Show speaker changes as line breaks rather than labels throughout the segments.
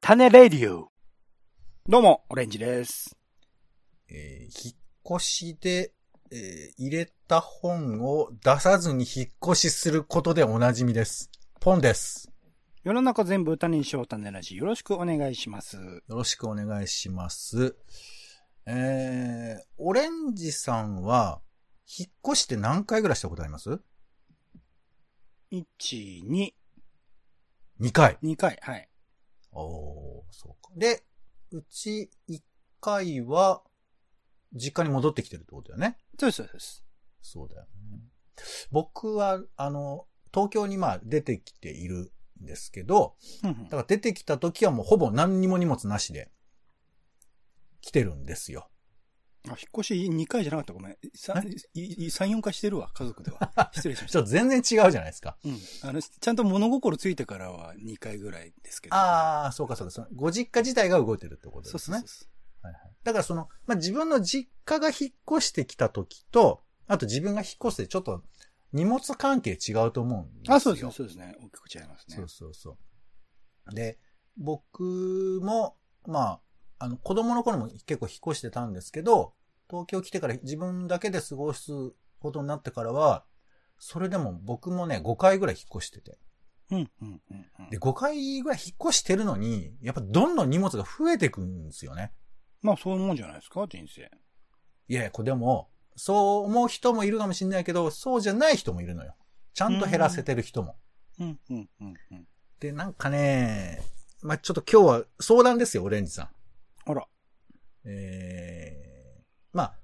種レディオ。どうも、オレンジです。
えー引っ越しで、えー入れた本を出さずに引っ越しすることでおなじみです。ポンです。
世の中全部歌にしよう種ラジ。よろしくお願いします。
よろしくお願いします。えー、オレンジさんは、引っ越しって何回ぐらいしたことあります
1、2、
?2 回。
2回、はい。
おー、そうか。で、うち1回は、実家に戻ってきてるってことだよね。
そうです、そうです。
そうだよね。僕は、あの、東京にまあ出てきているんですけど、
ふんふん
だから出てきた時はもうほぼ何にも荷物なしで来てるんですよ。
あ、引っ越し2回じゃなかった、ごめん。3、いい3 4回してるわ、家族では。 失礼しまし
ち
た。
ょっと全然違うじゃないですか。
うん。あの、ちゃんと物心ついてからは2回ぐらいですけど。
ああ、そうかそうかそう。ご実家自体が動いてるってことです
そう
ね。
そうそうそう。
だからその、まあ、自分の実家が引っ越してきた時と、あと自分が引っ越してちょっと荷物関係違うと思うんですよ。
あ、そうですね、そうですね。大きく違いますね
そう。そうそう。で、僕も、まあ、あの、子供の頃も結構引っ越してたんですけど、東京来てから自分だけで過ごすことになってからは、それでも僕もね、5回ぐらい引っ越してて。
うん、うん、うん。うん
で、5回ぐらい引っ越してるのに、やっぱどんどん荷物が増えてくんですよね。
まあ、そういうもんじゃないですか、人生。
いやいや、これでも、そう思う人もいるかもしれないけど、そうじゃない人もいるのよ。ちゃんと減らせてる人も。
うん、うん、うん、うん。
で、なんかね、まあ、ちょっと今日は相談ですよ、オレンジさん。
あら。
えーまあ、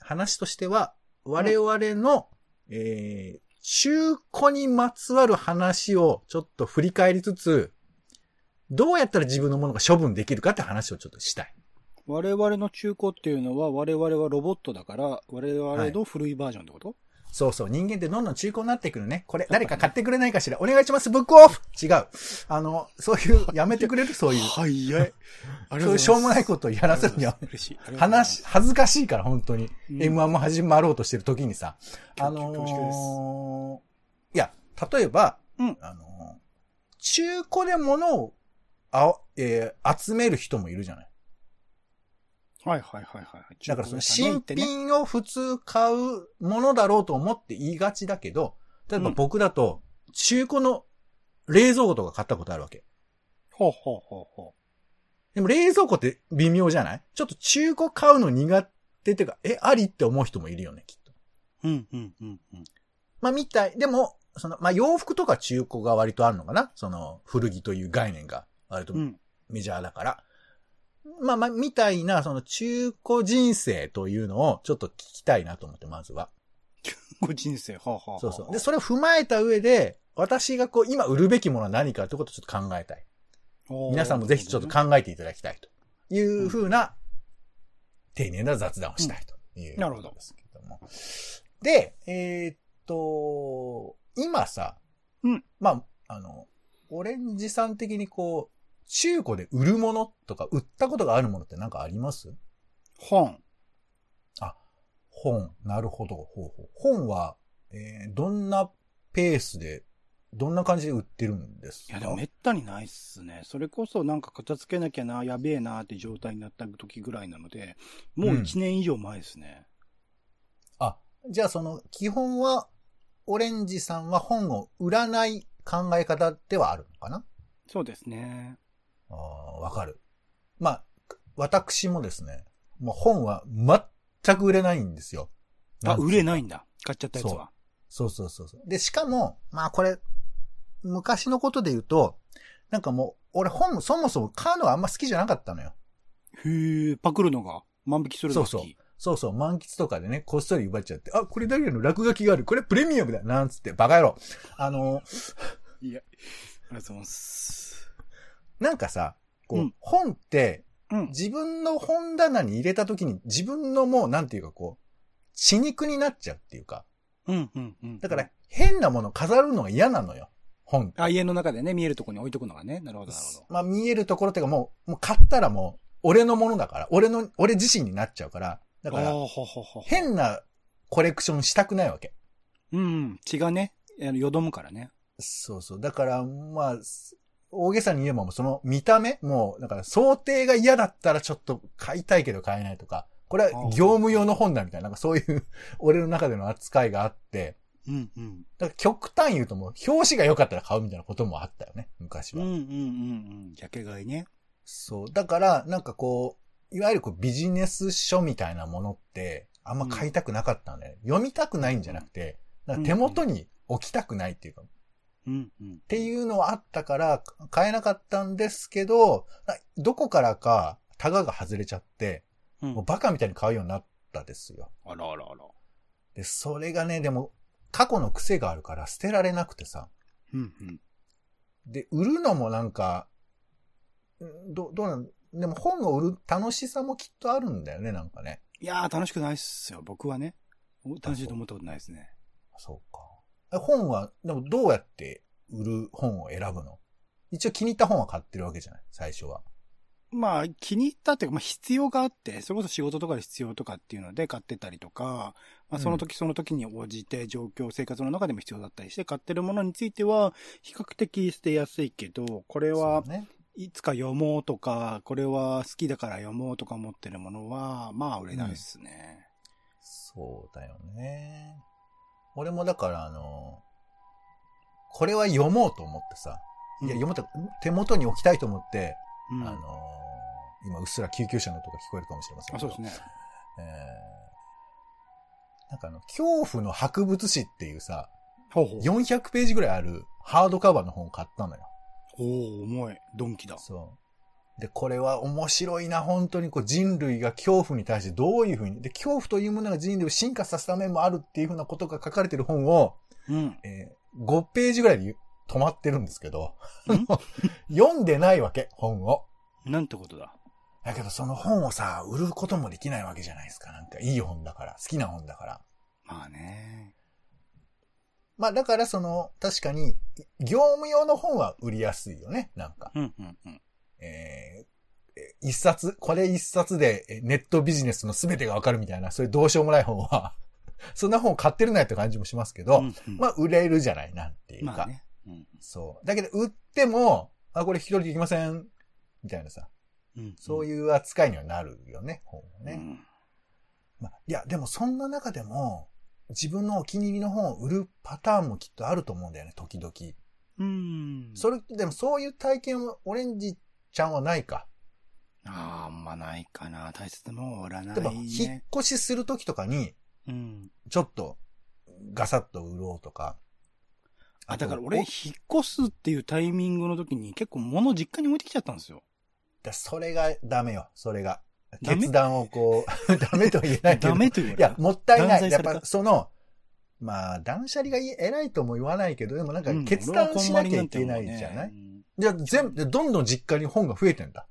話としては、我々の、えー中古にまつわる話をちょっと振り返りつつ、どうやったら自分のものが処分できるかって話をちょっとしたい。
我々の中古っていうのは、我々はロボットだから、我々の古いバージョンってこと、
そうそう、人間ってどんどん中古になってくるね。これ、誰か買ってくれないかしらお願いします、ブックオフ違う。あの、そういう、やめてくれるそういう。
はい、はい。あ
そういうしょうもないことをやらせるには、
嬉しい。
話、恥ずかしいから、本当に。
うん
M1 も始まろうとしてる時にさ。
恐
あ
恐縮です
のーいや、例えば、
うん
あのー中古で物をあお、えー集める人もいるじゃない。
はいはいはいはい。
だからその
中古屋さん
新
ってね
品を普通買うものだろうと思って言いがちだけど、例えば
うん
僕だと、中古の冷蔵庫とか買ったことあるわけ。
ほうほうほうほ
でも冷蔵庫って微妙じゃないちょっと中古買うの苦手っていうか、え、ありって思う人もいるよね、きっと。
う。うんうんうんうん。
まあ、みたい。でも、その、まあ、洋服とか中古が割とあるのかなその、古着という概念が割と
うん。
メジャーだから。まあ、まあ、みたいな、その中古人生というのをちょっと聞きたいなと思って、まずは。
ご人生、はあ、はあはあ
そうそう。で、それを踏まえた上で、私がこう、今売るべきものは何かということをちょっと考えたい。
おー
皆さんもぜひちょっと考えていただきたいというふうな、丁寧な雑談をしたいという、
うんなるほど
ですけども。で、えーっと、今さ、
うん
まあ、あの、オレンジさん的にこう、中古で売るものとか売ったことがあるものってなんかあります
本。
本、なるほど。ほうほう本は、えーどんなペースで、どんな感じで売ってるんです
い
か
やでもめったにないっすね。それこそなんか片付けなきゃな、やべえなって状態になった時ぐらいなので、もう1年以上前ですね。
あ、じゃあその基本は、オレンジさんは本を売らない考え方ではあるのかな
そうですね。
ああ、わかる。まあ、私もですね、もう本は全く売れないんですよ。
あ、売れ
い
ないんだ。買っちゃったやつは。
そうそうそうそう。で、しかも、まあこれ、昔のことで言うと、なんかもう、俺本そもそも買うのはあんま好きじゃなかったのよ。
へえ、パクるのが、万引きするのが好き。
そうそうそう、満喫とかでね、こっそり奪っちゃって、あ、これだけの落書きがある、これプレミアムだ、なんつって、バカ野郎。あの
いや、ありがとうございます。
なんかさ、こう、
うん
本って、
うん。
自分の本棚に入れた時に自分のもう、なんていうかこう、血肉になっちゃうっていうか。
うん、うん、うん。
だから、、変なもの飾るのが嫌なのよ。本って。
あ、家の中でね、見えるとこに置いとくのがね。なるほど、なるほど。
まあ、見えるところっていうかもう、もう買ったらもう、俺のものだから、俺の、俺自身になっちゃうから、だか
あー
ら、
ほほほほ
変なコレクションしたくないわけ。
うん、血がね、あのよどむからね。
そうそう。だから、まあ、す大げさに言えばもうその見た目、もう、だから想定が嫌だったらちょっと買いたいけど買えないとか、これは業務用の本だみたいな、なんかそういう 俺の中での扱いがあって、
うんうん。
だから極端言うともう表紙が良かったら買うみたいなこともあったよね、昔
うん
は。
うんうんうん。ジャケ買いね。
そう。だから、なんかこう、いわゆるこうビジネス書みたいなものって、あんま買いたくなかったんだよね。読みたくないんじゃなくて、なんか手元に置きたくないっていうか、
うんうん。っ
って
う。
いうのはあったから、買えなかったんですけど、などこからか、タガが外れちゃって、
うん
もう、バカみたいに買うようになったですよ。
あらあらあら。
で、それがね、でも、過去の癖があるから捨てられなくてさ。
うんうん。
で、売るのもなんか、んど、どうなん、でも本を売る楽しさもきっとあるんだよね、なんかね。
いやー、楽しくないっすよ。僕はね。お楽しいと思ったことないですね。
そうか。え本は、でもどうやって売る本を選ぶの一応気に入った本は買ってるわけじゃない最初は。
まあ、気に入ったっていうか、まあ、必要があって、それこそ仕事とかで必要とかっていうので買ってたりとか、まあ、その時その時に応じて状況、生活の中でも必要だったりして、買ってるものについては、比較的捨てやすいけど、これは
そう、ね。
いつか読もうとか、これは好きだから読もうとか思ってるものは、まあ、売れないっすね。
そうだよね。俺もだからあの、これは読もうと思ってさ、いや、
うん
読もうと、手元に置きたいと思って、
うん。
あの、今うっすら救急車の音が聞こえるかもしれません
あ、
けど
そうですね。
えーなんかあの、恐怖の博物誌っていうさ、
ほうほう。
400ページぐらいあるハードカバーの本を買ったのよ。
おお重い。ドンキだ。
そう。で、これは面白いな、本当にこう人類が恐怖に対してどういうふうに、で、恐怖というものが人類を進化させた面もあるっていうふうなことが書かれてる本を、
うん。
えー5ページぐらいで止まってるんですけど
ん、
読んでないわけ、本を。
なんてことだ。
だけどその本をさ、売ることもできないわけじゃないですか。なんかいい本だから、好きな本だから。
まあね。
まあだからその、確かに、業務用の本は売りやすいよね、なんか。
うん、うん、うん。
えーえー一冊、これ一冊でえーネットビジネスの全てがわかるみたいな、そういうどうしようもない本は、 そんな本買ってるなよって感じもしますけど、
うんうん
まあ売れるじゃないなんていうか。
まあね。うん。
そう。だけど売っても、あ、これ一人で行きません、みたいなさ、
うん。
そういう扱いにはなるよね、本は
う
ね。
ん。
まあ、いや、でもそんな中でも、自分のお気に入りの本を売るパターンもきっとあると思うんだよね、時々。
うん。
それ、でもそういう体験は、オレンジちゃんはないか。
あーあんまないかな。大切なもんは売らない
でも、引っ
ね。
越しする時とかに、
うん。
ちょっと、ガサッと売ろうとか。
あ、だから
と
俺、
お
引っ越すっていうタイミングの時に結構物を実家に置いてきちゃったんですよ。
だそれがダメよ、それが。
ダメ
決断をこ う、ダメとは言えないけど。
ダメと言わ
い
れ
や
た、。
もったいな
断
い。
罪
や
さ
っ
れた
ぱその、まあ、断捨離がいい偉いとも言わないけど、でもなんか
うん
決
俺
断
は
しなきゃいけないじゃ
こんま
ない、
りんてもうね
じゃあ全部、どんどん実家に本が増えてん
う
だ。
ん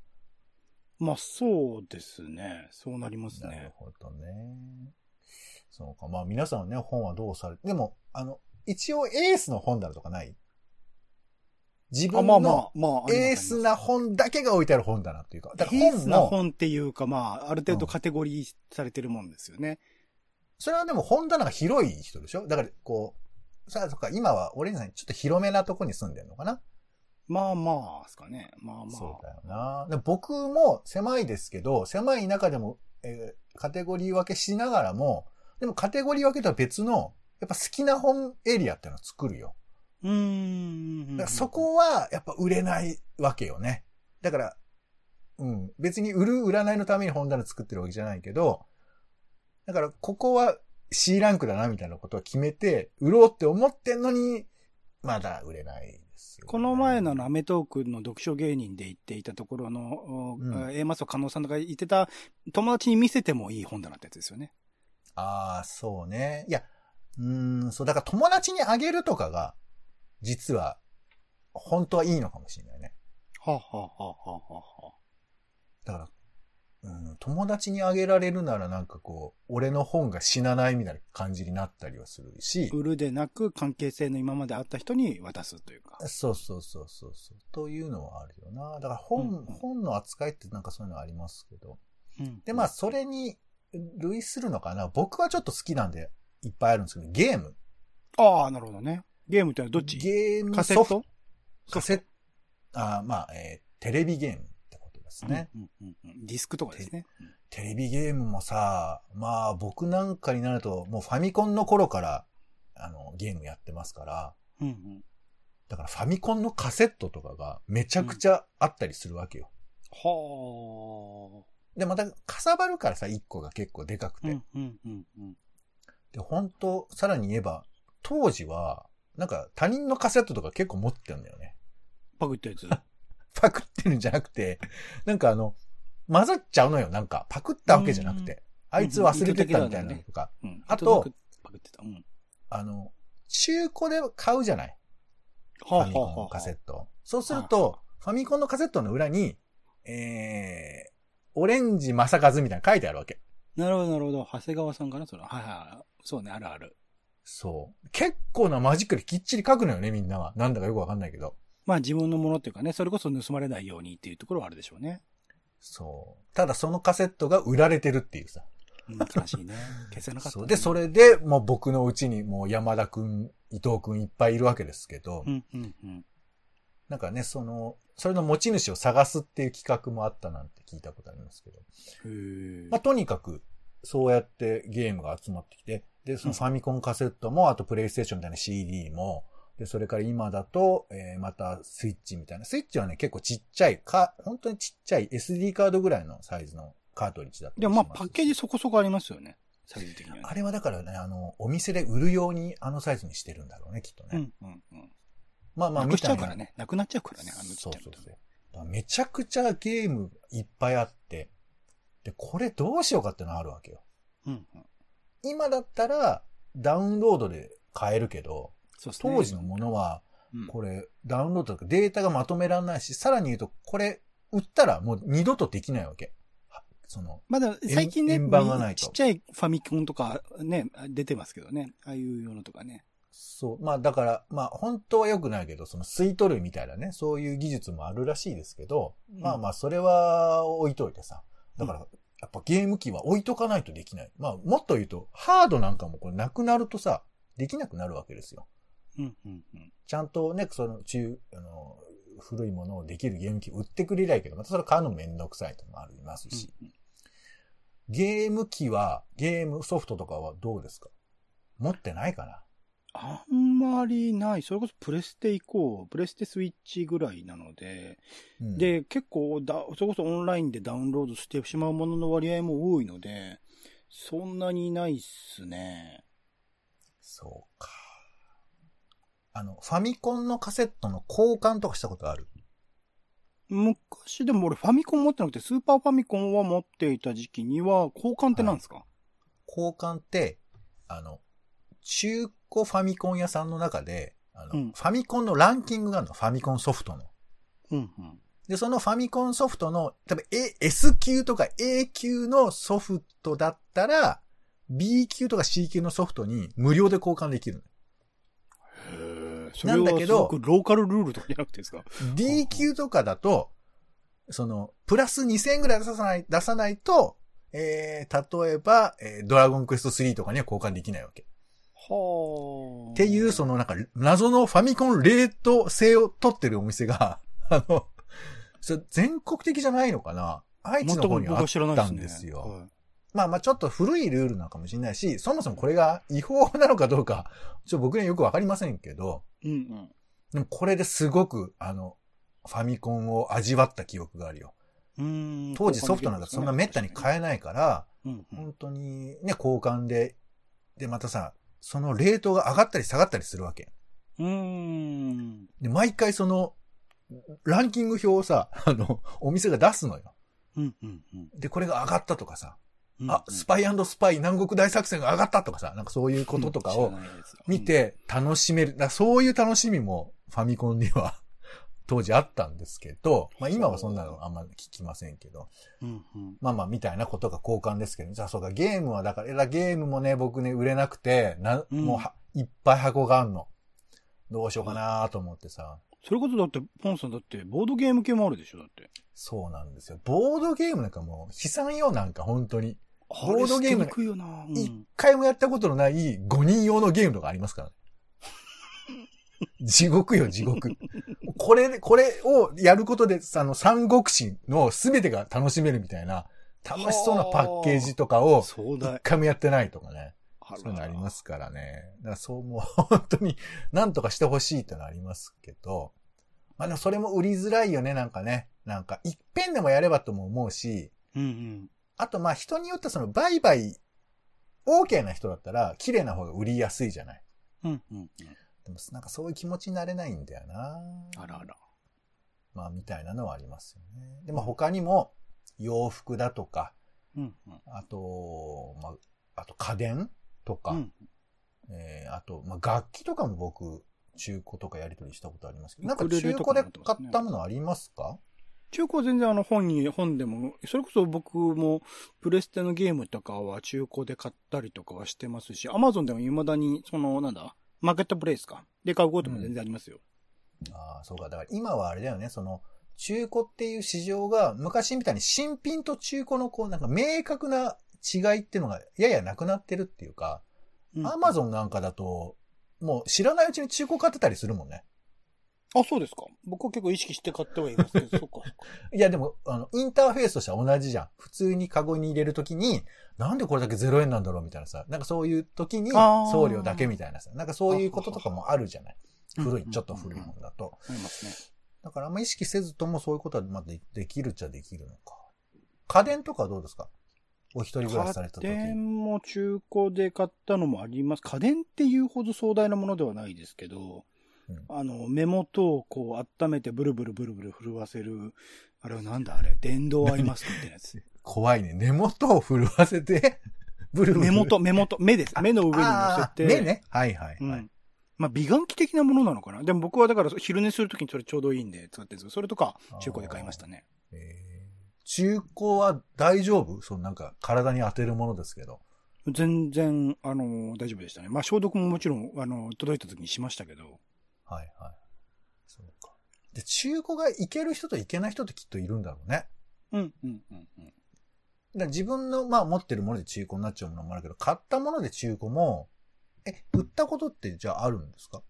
まあそうですね。そうなります
なる
ね。
ほどね。そうか。まあ皆さんはね、本はどうされでも、あの、一応エースの本だとかない自
あ、
分
まあま
の
あ、まああります。
エースな本だけが置いてある本棚っていうか。だ
エ
から
ー
本
スな
も、
本っていうか、まあ、ある程度カテゴリーされてるもんですよね。
それはでも本棚が広い人でしょだからこう、さあそっか、今はオレンジさんちょっと広めなとこに住んでるのかな、
まあまあ、ですかね。まあまあ。
そうだよな。で僕も狭いですけど、狭い中でも、えーカテゴリー分けしながらも、でもカテゴリー分けとは別の、やっぱ好きな本エリアっていうのを作るよ。
うーん。
だからそこは、やっぱ売れないわけよね。だから、うん。別に売る、売らないのために本棚作ってるわけじゃないけど、だから、ここは C ランクだな、みたいなことは決めて、売ろうって思ってんのに、まだ売れないですよね、
この前のあのアメトークの読書芸人で言っていたところの、
うん
A マスを加納さんとか言ってた友達に見せてもいい本棚ってやつですよね。
ああ、そうね。いや、うーん、そう、だから友達にあげるとかが、実は、本当はいいのかもしれないね。
はあ、はあはあはあはあ、
だから、うん、友達にあげられるならなんかこう、俺の本が死なないみたいな感じになったりはするし、
売るでなく関係性の今まであった人に渡すというか。
そうそうそうそうそう、というのはあるよな。だから本、
うん
本の扱いってなんかそういうのありますけど。
うん
で、まあ、それに類するのかな。僕はちょっと好きなんで、いっぱいあるんですけど、ゲーム。
ああ、なるほどね。ゲームってのはどっち
ゲーム
カセ
ソ
ッ
フト
ト
カセッあまあ、えーテレビゲームってことですね。
うんうんうんディスクとかですね。
テレビゲームもさ、まあ僕なんかになると、もうファミコンの頃から、あの、ゲームやってますから、
うんうん。
だからファミコンのカセットとかがめちゃくちゃあったりするわけよ。
は
で、また、かさばるからさ、1個が結構でかく
あ。う
て。
んうんうんうん。
で、本当さらに言えば、当時は、なんか他人のカセットとか結構持ってたんだよね。
パクったやつ。
パクってるんじゃなくて、なんかあの、混ざっちゃうのよ。なんか、パクったわけじゃなく
う
て。あいつ忘れてたみたいなのとか。
うん
あと、
なんとなくパクってた。うん。
あの、中古で買うじゃないファミコンのカセット。そうすると、ファミコンのカセットの裏に、えー、オレンジ正和みたいなの書いてあるわけ。
なるほど、なるほど。長谷川さんかなそれは。はいはい。そうね、あるある。
そう。結構なマジックできっちり書くのよね、みんなは。なんだかよくわかんないけど。
まあ自分のものっていうかね、それこそ盗まれないようにっていうところはあるでしょうね。
そう。ただそのカセットが売られてるっていうさ。
うん悲しい ね。消せなかった、
そ
ね。
うで、そ。れで、もう僕のうちにもう山田くん、伊藤くんいっぱいいるわけですけど、
うんうんうん。
なんかね、その、それの持ち主を探すっていう企画もあったなんて聞いたことありますけど。
へえ
まあ、とにかく、そうやってゲームが集まってきて、で、そのファミコンカセットも、あとプレイステーションみたいな CD も、で、それから今だと、えーまたスイッチみたいな。スイッチはね、結構ちっちゃい、か、本当にちっちゃい SD カードぐらいのサイズのカートリッジだったり
でもまあ
しす
パッケージそこそこありますよね。サイズ的には、ね。
あれはだからね、あの、お店で売るようにあのサイズにしてるんだろうね、きっとね。
うんうんうん。
まあまあ、
なくしちゃう
みた
か
いな
らね。なくなっちゃうからね、あのちっちゃい
そ
うの
そうそう。だからめちゃくちゃゲームいっぱいあって、で、これどうしようかってのあるわけよ。
うんうん。
今だったらダウンロードで買えるけど、
そうですね。
当時のものは、
うん、
これ、ダウンロードとかデータがまとめられないし、さらに言うと、これ、売ったらもう二度とできないわけ。はその、
まだ最近ね、
円盤がないと
ちっちゃいファミコンとかね、出てますけどね。ああいうようなとかね。
そう。まあだから、まあ本当は良くないけど、その吸い取るみたいなね、そういう技術もあるらしいですけど、
うん
まあまあそれは置いといてさ。だから、やっぱゲーム機は置いとかないとできない。まあもっと言うと、ハードなんかもこれなくなるとさ、できなくなるわけですよ。
うんうんうん。
ちゃんとね、その中、あの、古いものをできるゲーム機売ってくれりゃいいけど、またそれ買うのめんどくさいともありますし。
うんうん
ゲーム機は、ゲームソフトとかはどうですか持ってないかな
あんまりない。それこそプレステ以降、プレステスイッチぐらいなので、、で、結構だ、それこそオンラインでダウンロードしてしまうものの割合も多いので、そんなにないっすね。
そうか。あの、ファミコンのカセットの交換とかしたことある
昔でも俺ファミコン持ってなくて、スーパーファミコンは持っていた時期には、交換ってなんですか、
交換って、あの、中古ファミコン屋さんの中で、あの、
うん
ファミコンのランキングがあるの、ファミコンソフトの。
うんうん。
で、そのファミコンソフトの、多分 A、S 級とか A 級のソフトだったら、B 級とか C 級のソフトに無料で交換できるの。
へえ。それ
なんだ
は
け
す
ど
ごくローカルルールとかじゃなくてですか
D 級とかだと、その、プラス2000円ぐらい出さない、出さないと、えー、例えば、えードラゴンクエスト3とかには交換できないわけ。
はあ。
っていう、そのなんか、謎のファミコンレート制を取ってるお店が、あの、それ全国的じゃないのかな愛知
全
の
く
方に
僕
はあ
は
っ
知らない
た
す
ん
ね
ですよ。
はい
まあまあちょっと古いルールなのかもしれないし、そもそもこれが違法なのかどうか、ちょっと僕にはよくわかりませんけど、
うんうん。
でもこれですごく、あの、ファミコンを味わった記憶があるよ。
うーん
当時ソフトなんかそんな滅多に買えないから、
うんうん
本当にね、交換で、で、またさ、そのレートが上がったり下がったりするわけ。
うーん。
で、毎回その、ランキング表をさ、あの、お店が出すのよ。
うんうんうん
で、これが上がったとかさ、
うん。
あ、スパイスパイ南国大作戦が上がったとかさ、なんかそういうこととかを
知らないですよ
見、て楽しめる。だからそういう楽しみもファミコンには 当時あったんですけど、まあ今はそんなのあんま聞きませんけど、
うんうん
まあまあみたいなことが交換ですけど、じゃあそうか、ゲームはだから、いやゲームもね、僕ね、売れなくて、な、
うん
もうは、いっぱい箱があんの。どうしようかなと思ってさ、
それこそだって、ポンさんだって、ボードゲーム系もあるでしょ、だって。
そうなんですよ。ボードゲームなんかもう悲惨よ、なんか本当に。
ボ
ードゲーム
にくいよな。うん
一回もやったことのない5人用のゲームとかありますからね。地獄よ、地獄。これ、これをやることで、あの、三国志の全てが楽しめるみたいな、楽しそうなパッケージとかを、
壮
一
大。
回もやってないとかね。
あ
そういうのありますからね。だからそう、もう本当に、なんとかしてほしいってのはありますけど、まあでもそれも売りづらいよね、なんかね。なんか、一遍でもやればとも思うし、
うんうん。
あとまあ人によってはその売買、OK な人だったら、綺麗な方が売りやすいじゃない。
うんうん。
でもなんかそういう気持ちになれないんだよな。
あらあら。
まあみたいなのはありますよね。で、まあ他にも、洋服だとか、
うんうん。
あと、まあ、あと家電とか、
うん
えーあと、まあ、楽器とかも僕、中古とかやり取りしたことありますけど、なんか
ウク
中
レレ
古
とかも
で
やってます
買
ね
ったものありますか
中古は全然あの本に、本でも、それこそ僕もプレステのゲームとかは中古で買ったりとかはしてますし、アマゾンでも未だに、その、なんだ、マーケットプレイスか。で買うことも全然ありますよ。
ああ、そうか。だから今はあれだよね、その、中古っていう市場が昔みたいに新品と中古のこう、なんか明確な違いっていうのがややなくなってるっていうか、アマ
ン
ゾンなんかだと、もう知らないうちに中古買ってたりするもんね。
あ、そうですか。僕は結構意識して買ってはいますけ ど、そっかそっか。
いやでも、あの、インターフェースとしては同じじゃん。普通にカゴに入れるときに、なんでこれだけ0円なんだろうみたいなさ、なんかそういうときに
あー
送料だけみたいなさ、なんかそういうこととかもあるじゃない。
あ
古い、ちょっと
う
古
ん
い
うんうん
もんだと。
ありますね。
だからあんま意識せずともそういうことはまあでできるっちゃできるのか。家電とかはどうですかお一人暮らしされたとき。
家電も中古で買ったのもあります。家電っていうほど壮大なものではないですけど、
うん
あの、目元をこう温めてブルブルブルブル震わせる、あれはなんだあれ電動アイマスクみたいなやつ。
怖いね。根元を震わせて、ブルブル。
目元、目元、目です。目の上に乗
あ
せ
ー
て。
目ね。はいはいうはい。
ん。まあ、美顔器的なものなのかな。でも僕はだから昼寝するときにそれちょうどいいんで使ってるんですけど、それとか中古で買いましたね。
えー中古は大丈夫そのなんか体に当てるものですけど。
全然、あの、大丈夫でしたね。まあ、消毒ももちろん、あの、届いたときにしましたけど。
はいはい。そうか。で、中古がいける人といけない人ってきっといるんだろうね。
うん、うん、うん、うん。
だから自分の、まあ持ってるもので中古になっちゃうものもあるけど、買ったもので中古も、え、売ったことってじゃああるんですか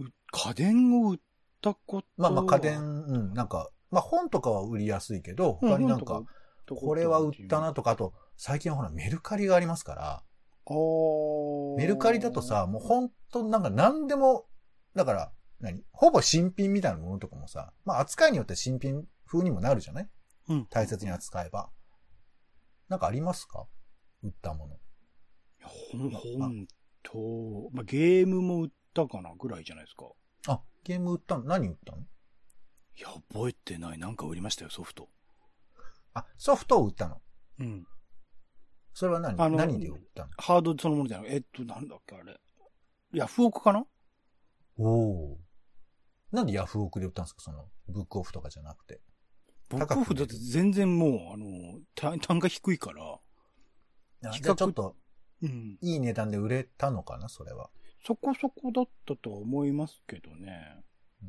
う家電を売ったこと
まあまあ家
は、
電、うん、なんか、まあ本とかは売りやすいけど、
うん
他になんか、、これは売った。
あ
なとか、あと、最近はほらメルカリがありますから、
ー
メルカリだと、さ、もう本当なんか何でも、だから、何ほぼ新品みたいなものとかもさ、まあ扱いによって新品風にもなるじゃない
うん
大切に扱えば。なんかありますか売ったもの。
本本と、まあ、ゲームも売ったかなぐらいじゃないですか。
あ、ゲーム売ったの何売ったの
いや、覚えてない。なんか売りましたよ、ソフト。
あ、ソフトを売ったの。
うん。
それは何
あの
何で売ったの
ハードそのものじゃない。えっと、なんだっけ、あれ。ヤフオクかな
おお。なんでヤフオクで売ったんですかその、ブックオフとかじゃなくて。
ブックオフだって全然もう、あの、単単価低いから。
あ
比較
じゃあちょっと、
うん。
いい値段で売れたのかなそれは。
そこそこだったとは思いますけどね。
うん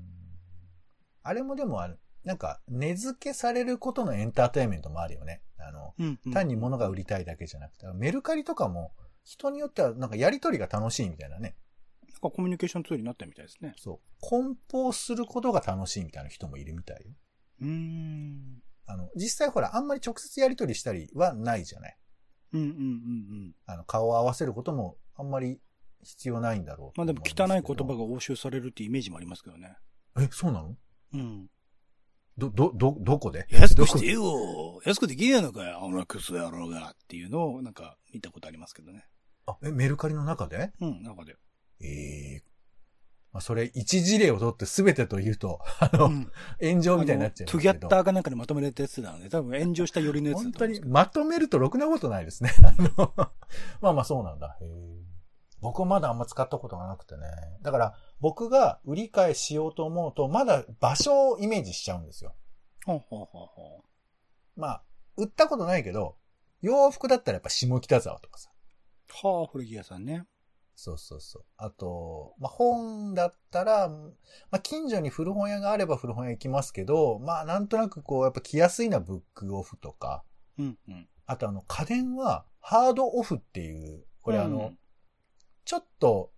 あれもでもある、なんか、値付けされることのエンターテインメントもあるよね。あの、
うん、うん。
単に物が売りたいだけじゃなくて、メルカリとかも、人によってはなんかやりとりが楽しいみたいなね。
なんかコミュニケーションツールになったみたいですね。
そう。梱包することが楽しいみたいな人もいるみたいよ。
うーん。
あの、実際ほら、あんまり直接やり取りしたりはないじゃない。
うんうんうんうん。
あの、顔を合わせることもあんまり必要ないんだろう
まあでも汚い言葉
が。
が押収されるってイメージもありますけどね。
え、そうなの
うん。
ど、ど、ど、どこで
安
ど
く
こ
して
で
よ安くできねえのかよあのクソ野郎がっていうのをなんか見たことありますけどね。
あ、え、メルカリの中で
うん、中で。
ええまあ、それ一事例を取って全てと言うと、 あの、
うん
炎上みたいになっちゃい
あ
ま
の
す
トゥ
け
ギ
ど。
ャッターかなんかでまとめられたやつなので、多分炎上したよりのやつだ
本
と思う
当
んです
に
けど。
まとめるとろくなことないですね。 あの、まあまあそうなんだ。へえ僕はまだあんま使ったことがなくてね。だから僕が売り買いしようと思うと、まだ場所をイメージしちゃうんですよ。
ほうほうほうほ
まあ、売ったことないけど、洋服だったらやっぱ下北沢とかさ。
う。はあ、古着屋さんね。
そうそうそう。あと、まあ本だったら、まあ近所に古本屋があれば古本屋行きますけど、まあなんとなくこうやっぱ来やすいなブックオフとか、
うん、うん。
あとあの家電はハードオフっていう、これあの、
うん
ちょっと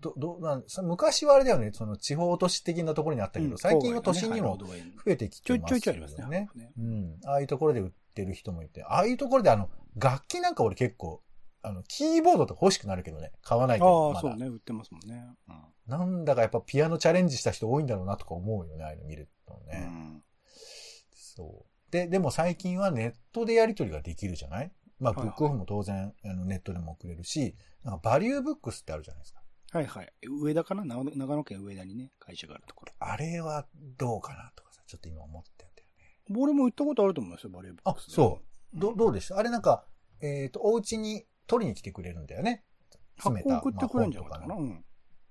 ど、ど、なんさ昔はあれだよね、その地方都市的なところにあったけど、最近は都心にも
郊外のねはいロードウェイに
増えてき
ちょ
て
い
ます
ちょ
よ
いちょいありますね。ハーフね
うん。ああいうところで売ってる人もいて、ああいうところであの、楽器なんか俺結構、あの、キーボードとか欲しくなるけどね、買わないけど、
ああ、
ま
そ
だ
う。ね。売ってますもんね。うん
なんだかやっぱピアノチャレンジした人多いんだろうなとか思うよね、ああいうの見ると
う
ね。
ん。
そう。で、でも最近はネットでやり取りができるじゃないまあ、
はい
ブ
はい
ックオフも当然、あのネットでも送れるし、なんかバリューブックスってあるじゃないですか。
はいはい。上田かな長野長野県上田にね、会社があるところ。
あれはどうかなとかさ、ちょっと今思ってんだよね。
俺も行ったことあると思いますよ、バレーボール。
あそうど、どうでしたあれなんか、えっ、と、お家に取りに来てくれるんだよね。
箱
た
送ってくれるんじゃなかったかな。
まあ
う
本と
ん。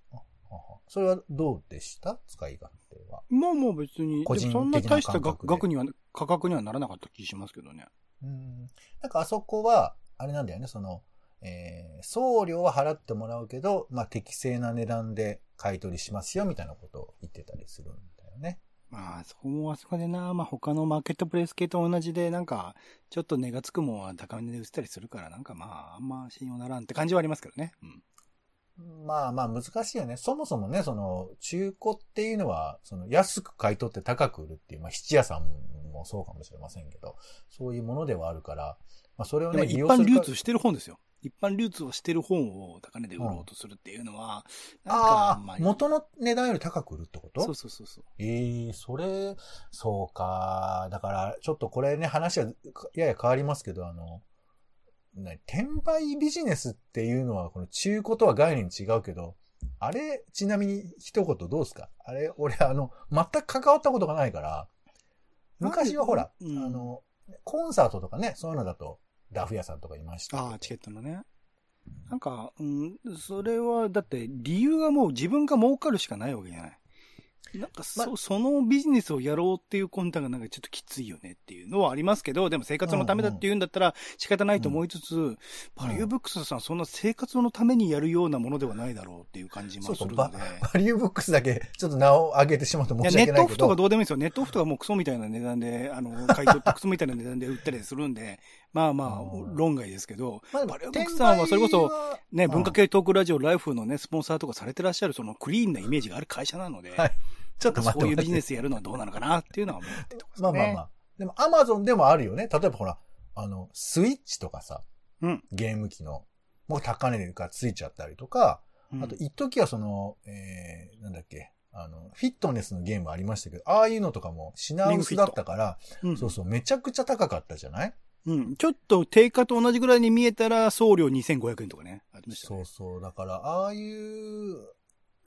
ははそれはどうでした使い勝手は。
まあもう別に、
個人
でもそんな
的な
大した
感覚
額額
で
には、価格にはならなかった気しますけどね。
うん。なんかあそこは、あれなんだよね、その、えー送料は払ってもらうけど、まあ、適正な値段で買い取りしますよ、みたいなことを言ってたりするんだよね。
まあ、そこもあそこでな、まあ他のマーケットプレイス系と同じで、なんか、ちょっと値がつくもんは高めで売ったりするから、なんかまあ、あんま信用ならんって感じはありますけどね。うん。
まあまあ難しいよね。そもそもね、その、中古っていうのは、その、安く買い取って高く売るっていう、まあ、質屋さんもそうかもしれませんけど、そういうものではあるから、まあ、それを
でも
ね、
一般流通
し
してる本ですよ。一般流通をしてる本を高値で売ろうとするっていうのは、なんか
あ
ん
あ
ま、り
元の値段より高く売るってこと
そうそうそうそう。
ええそれ、そうか。だから、ちょっとこれね、話はやや変わりますけど、あの、ね、転売ビジネスっていうのは、この中古とは概念違うけど、あれ、ちなみに一言どうですかあれ、俺、あの、全く関わったことがないから、昔はほら、
なんでうん
あの、コンサートとかね、そういうのだと、ダフ屋さんとかいましたけど。
ああ、チケットのね。なんか、うん、それは、だって理由がもう自分が儲かるしかないわけじゃない。なんかそ、
ま
そのビジネスをやろうっていう魂胆がなんかちょっときついよねっていうのはありますけど、でも生活のためだって言うんだったら仕方ないと思いつつ、バリューブックスさんそんな生活のためにやるようなものではないだろうっていう感じ
そ
も
う
す
そ
る
う、
の
バ
で。
バリューブックスだけ、ちょっと名を上げてしまうと
い
申
や
し
ネ
訳
ッ
な
ト
い
オ
け
フと
ど
か。どうでもいいですよ。ネットオフとかもうクソみたいな値段で、あの、買い取ってクソみたいな値段で売ったりするんで、まあま
うん
あ、論外ですけど、
まあでも
バリューブックスさんはそれこそ、
転売は
ね、
うん
文化系トークラジオライフのね、スポンサーとかされてらっしゃる、そのクリーンなイメージがある会社なので、
はいちょっと待って
そういう
待
ビジ
って
ネスやるのはどうなのかなっていうのは思ってとこです
まあ
ね。
まあまあ。でも、アマゾンでもあるよね。例えばほら、あの、スイッチとかさ、
うん
ゲーム機の、もう高値がついちゃったりとか、
うん
あと、一時はその、えー、なんだっけ、あの、フィットネスのゲームありましたけど、ああいうのとかも品薄だったから、
うん
そうそう、めちゃくちゃ高かったじゃない
うんちょっと定価と同じぐらいに見えたら、送料2500円とかね、ありました
そ
ね
うそう。だから、ああいう、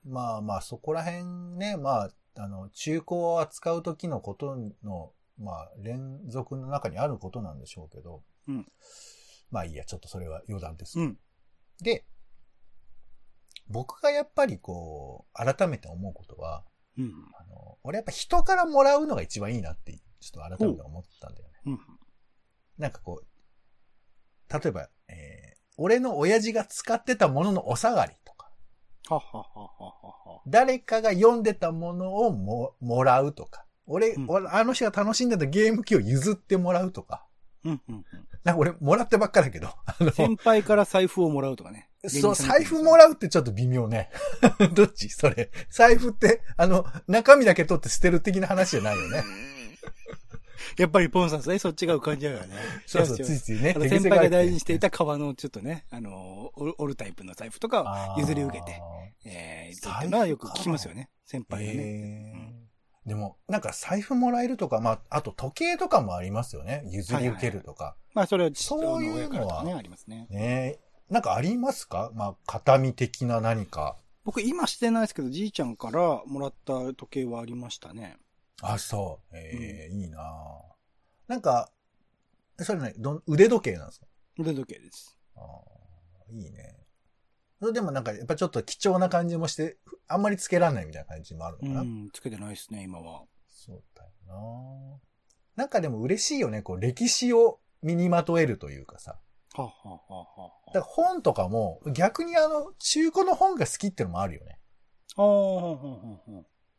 まあまあ、そこら辺ね、まあ、あの、中古を扱う時のことの、まあ、連続の中にあることなんでしょうけど、
うん
まあいいや、ちょっとそれは余談です。
うん。
で、僕がやっぱりこう、改めて思うことは、
うん。
あの、俺やっぱ人からもらうのが一番いいなって、ちょっと改めて思ったんだよね。
うん。
なんかこう、例えば、えー俺の親父が使ってたもののお下がりとか、
はははははは。
誰かが読んでたものをももらうとか、俺、
うん
俺あの人が楽しんでたゲーム機を譲ってもらうとか、
うんうんうん。
なんか俺もらってばっかだけど、あの、
先輩から財布をもらうとかね。
そう、財布もらうってちょっと微妙ね。 どっちそれ。財布って、あの、中身だけ取って捨てる的な話じゃないよね。
やっぱりポンさん、それそっちが浮かんじゃうよね。
そうそう、
違
つ
違
いついね。
あの先輩が大事にしていた革のちょっとね、あの、折折るタイプの財布とかを譲り受けて。えー、っていうのはよく聞きますよね。先輩がね。
へーでも、なんか財布もらえるとか、まあ、あと時計とかもありますよね。譲り受けるとか。
まあ、それは父
そう
親
い
の親
う
か
の
ら
は
とかね、ありますね。
ねえなんかありますかまあ、形見的な何か。
僕、今してないですけど、じいちゃんからもらった時計はありましたね。
あ、そう。ええいいなあなんか、それね、どん腕時計なんですか
腕時計です。
ああ、いいね。それでもなんか、やっぱちょっと貴重な感じもして、あんまりつけらんないみたいな感じもある
う
のかな。
ん、つけてないですね、今は。
そうだよななんかでも嬉しいよね。こう、歴史を身にまとえるというかさ。
はあ、はあはあはあ、
だから本とかも、逆にあの、中古の本が好きってのもあるよね。
ああ、はあはあはあ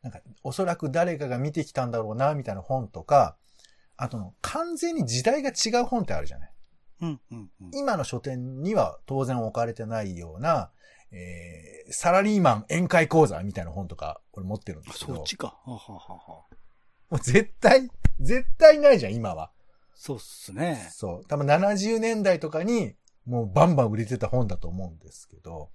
なんか、おそらく誰かが見てきたんだろうな、みたいな本とか、あとの、完全に時代が違う本ってあるじゃない。
うん、うん、うん。
今の書店には当然置かれてないような、えー、サラリーマン宴会講座みたいな本とか、俺持ってるんですけ
そ
ど
っ、ちか。はははは
もう絶対、絶対ないじゃん、今は。
そうっすね。
そう。多分70年代とかに、もうバンバン売れてた本だと思うんですけど、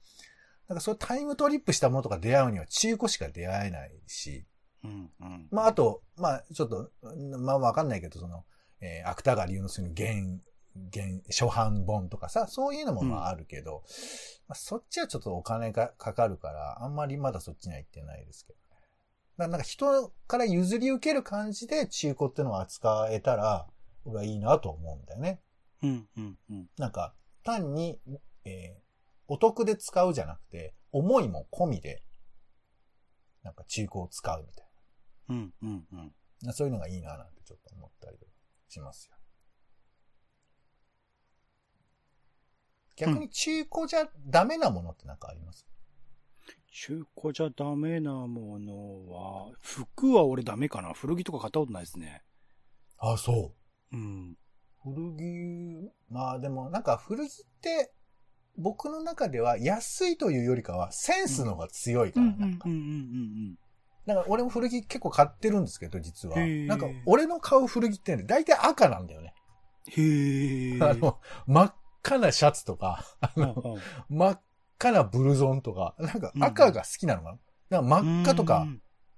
なんかそういうタイムトリップしたものとか出会うには中古しか出会えないし、
うんうん。
まああと、まあちょっと、うんまあわかんないけど、その、えー、芥川龍之介の原、原、初版本とかさ、そういうのもまああるけど、まあ、そっちはちょっとお金がかかるから、あんまりまだそっちには行ってないですけど。ななんか人から譲り受ける感じで中古ってのを扱えたら、俺はいいなと思うんだよね。
うんうんうん。
なんか、単に、えーお得で使うじゃなくて、思いも込みで、なんか中古を使うみたい
うんうんうん。
な。そういうのがいいななんてちょっと思ったりしますよ。逆に中古じゃダメなものってなんかあります、
中古じゃダメなものは、服は俺ダメかな。古着とか買ったことないですね。
あ、そ
うん。
う。古着、まあでもなんか古着って、僕の中では安いというよりかはセンスの方が強いか
う
ら、
ん
なん
う
か。
んうんうん
なんか俺も古着結構買ってるんですけど、実は。
へー
なんか俺の買う古着ってね、大体赤なんだよね。
うん。へえ。
あの、真っ赤なシャツとか、あ
うん
の、
うん
真っ赤なブルゾンとか、なんか赤が好きなのかな、なんか真っ赤とか、。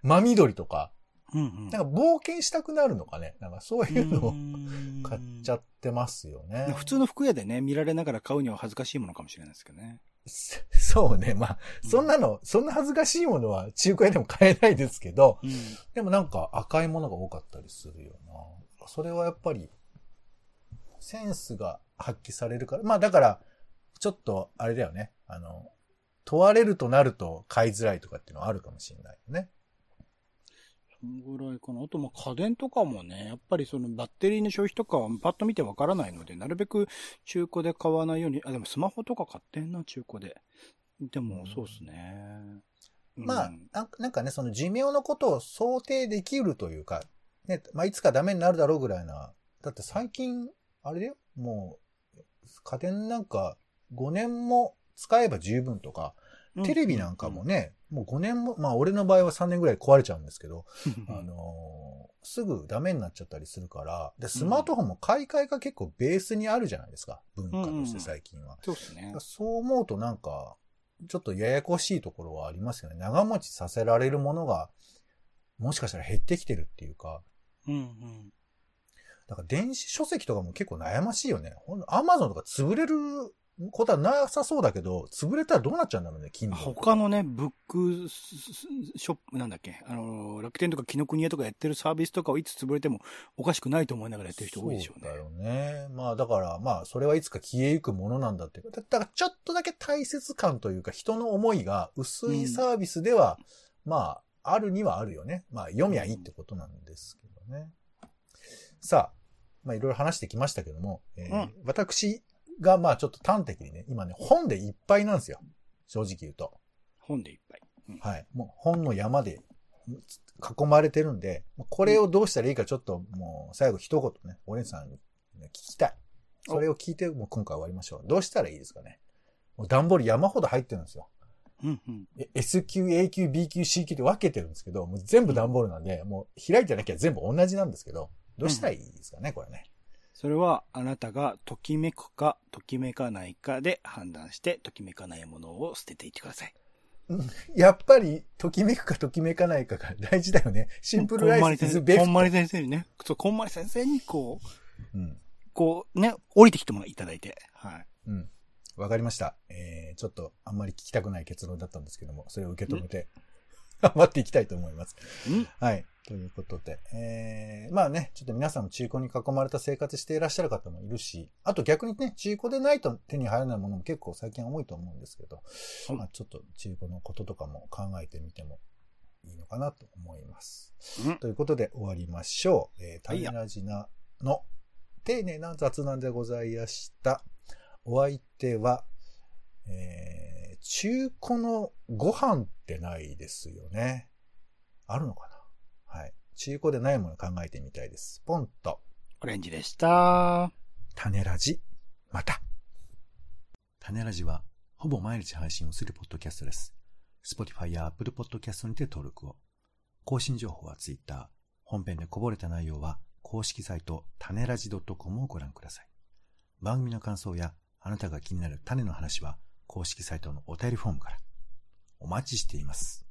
真緑とか、
うんうん。
なんか冒険したくなるのかね。なんかそういうのを買っちゃ
っ
ってますよね。
普通の服屋でね、見られながら買うには恥ずかしいものかもしれないですけどね。
そそうね。まあ、そんなの、そんな恥ずかしいものは中古屋でも買えないですけど、
うん。
でもなんか赤いものが多かったりするよな。それはやっぱり、センスが発揮されるから。まあだから、ちょっと、あれだよね。あの、問われるとなると買いづらいとかっていうのはあるかもしれないよね。
そのぐらいかな。あと、まあ、家電とかもね、やっぱりそのバッテリーの消費とかはパッと見てわからないので、なるべく中古で買わないように、あ、でもスマホとか買ってんな、中古で。でも、そうですね。
ま
う
あ
ん、
なんかなんかね、その寿命のことを想定できるというか、ね、まあいつかダメになるだろうぐらいな。だって最近、あれだよ、もう、家電なんか5年も使えば十分とか、テレビなんかもね、もう5年も、まあ俺の場合は3年ぐらい壊れちゃうんですけど、
うん、
あのーすぐダメになっちゃったりするから、で、スマートフォンも買い替えが結構ベースにあるじゃないですか、文化として最近は。
そうですね。
そう思うとなんか、ちょっとややこしいところはありますよね。長持ちさせられるものが、もしかしたら減ってきてるっていうか、
うんうん。
だから電子書籍とかも結構悩ましいよね。ほんアマゾンとか潰れることはなさそうだけど、潰れたらどうなっちゃうんだろうね、金
他のね、ブックショップ、なんだっけ、あの、楽天とか紀ノ国屋とかやってるサービスとかをいつ潰れてもおかしくないと思いながらやってる人多いでしょうね。
そうだよね。まあだから、まあそれはいつか消えゆくものなんだっていうか。だだからちょっとだけ大切感というか人の思いが薄いサービスでは、まああるにはあるよね。まあ読みゃいいってことなんですけどね。さあ、まあいろいろ話してきましたけども、えー
うん
私がまあちょっと端的にね、今ね本でいっぱいなんですよ。正直言うと。
本でいっぱい。
はい。もう本の山で囲まれてるんで、これをどうしたらいいかちょっともう最後一言ね、お姉さんに聞きたい。それを聞いてもう今回終わりましょう。どうしたらいいですかね。もう段ボール山ほど入ってるんですよ。
うんうん。
え S 級、A 級、B 級、C 級って分けてるんですけど、もう全部段ボールなんで、もう開いてなきゃ全部同じなんですけど、どうしたらいいですかね、これね。
それは、あなたがときめくか、ときめかないかで判断して、ときめかないものを捨てていってください。
やっぱり、ときめくかときめかないかが大事だよね。シンプルライス
こんまり
is
先生
b e
こんまり先生にね、そう、こんまり先生にこう、
うん。
こうね、降りてきてもいただいて、はい。
うん。わかりました。えー、ちょっとあんまり聞きたくない結論だったんですけども、それを受け止めて、 頑張っていきたいと思います。
うん
はい。ということで、えー、まあね、ちょっと皆さんも中古に囲まれた生活していらっしゃる方もいるし、あと逆にね、中古でないと手に入らないものも結構最近多いと思うんですけど、
はい
まあちょっと中古のこととかも考えてみてもいいのかなと思います。
うん
ということで終わりましょう。えー、
は
タ
い
イラジナの丁寧な雑談でございました。お相手は、えー、中古のご飯ってないですよね。あるのかなはい。中古でないもの考えてみたいです。ポンと、
オレンジでした。
種ラジ、また。種ラジは、ほぼ毎日配信をするポッドキャストです。Spotify や Apple Podcast にて登録を。更新情報は Twitter。本編でこぼれた内容は公式サイト種ラジ .com をご覧ください。番組の感想やあなたが気になる種の話は公式サイトのお便りフォームから。お待ちしています。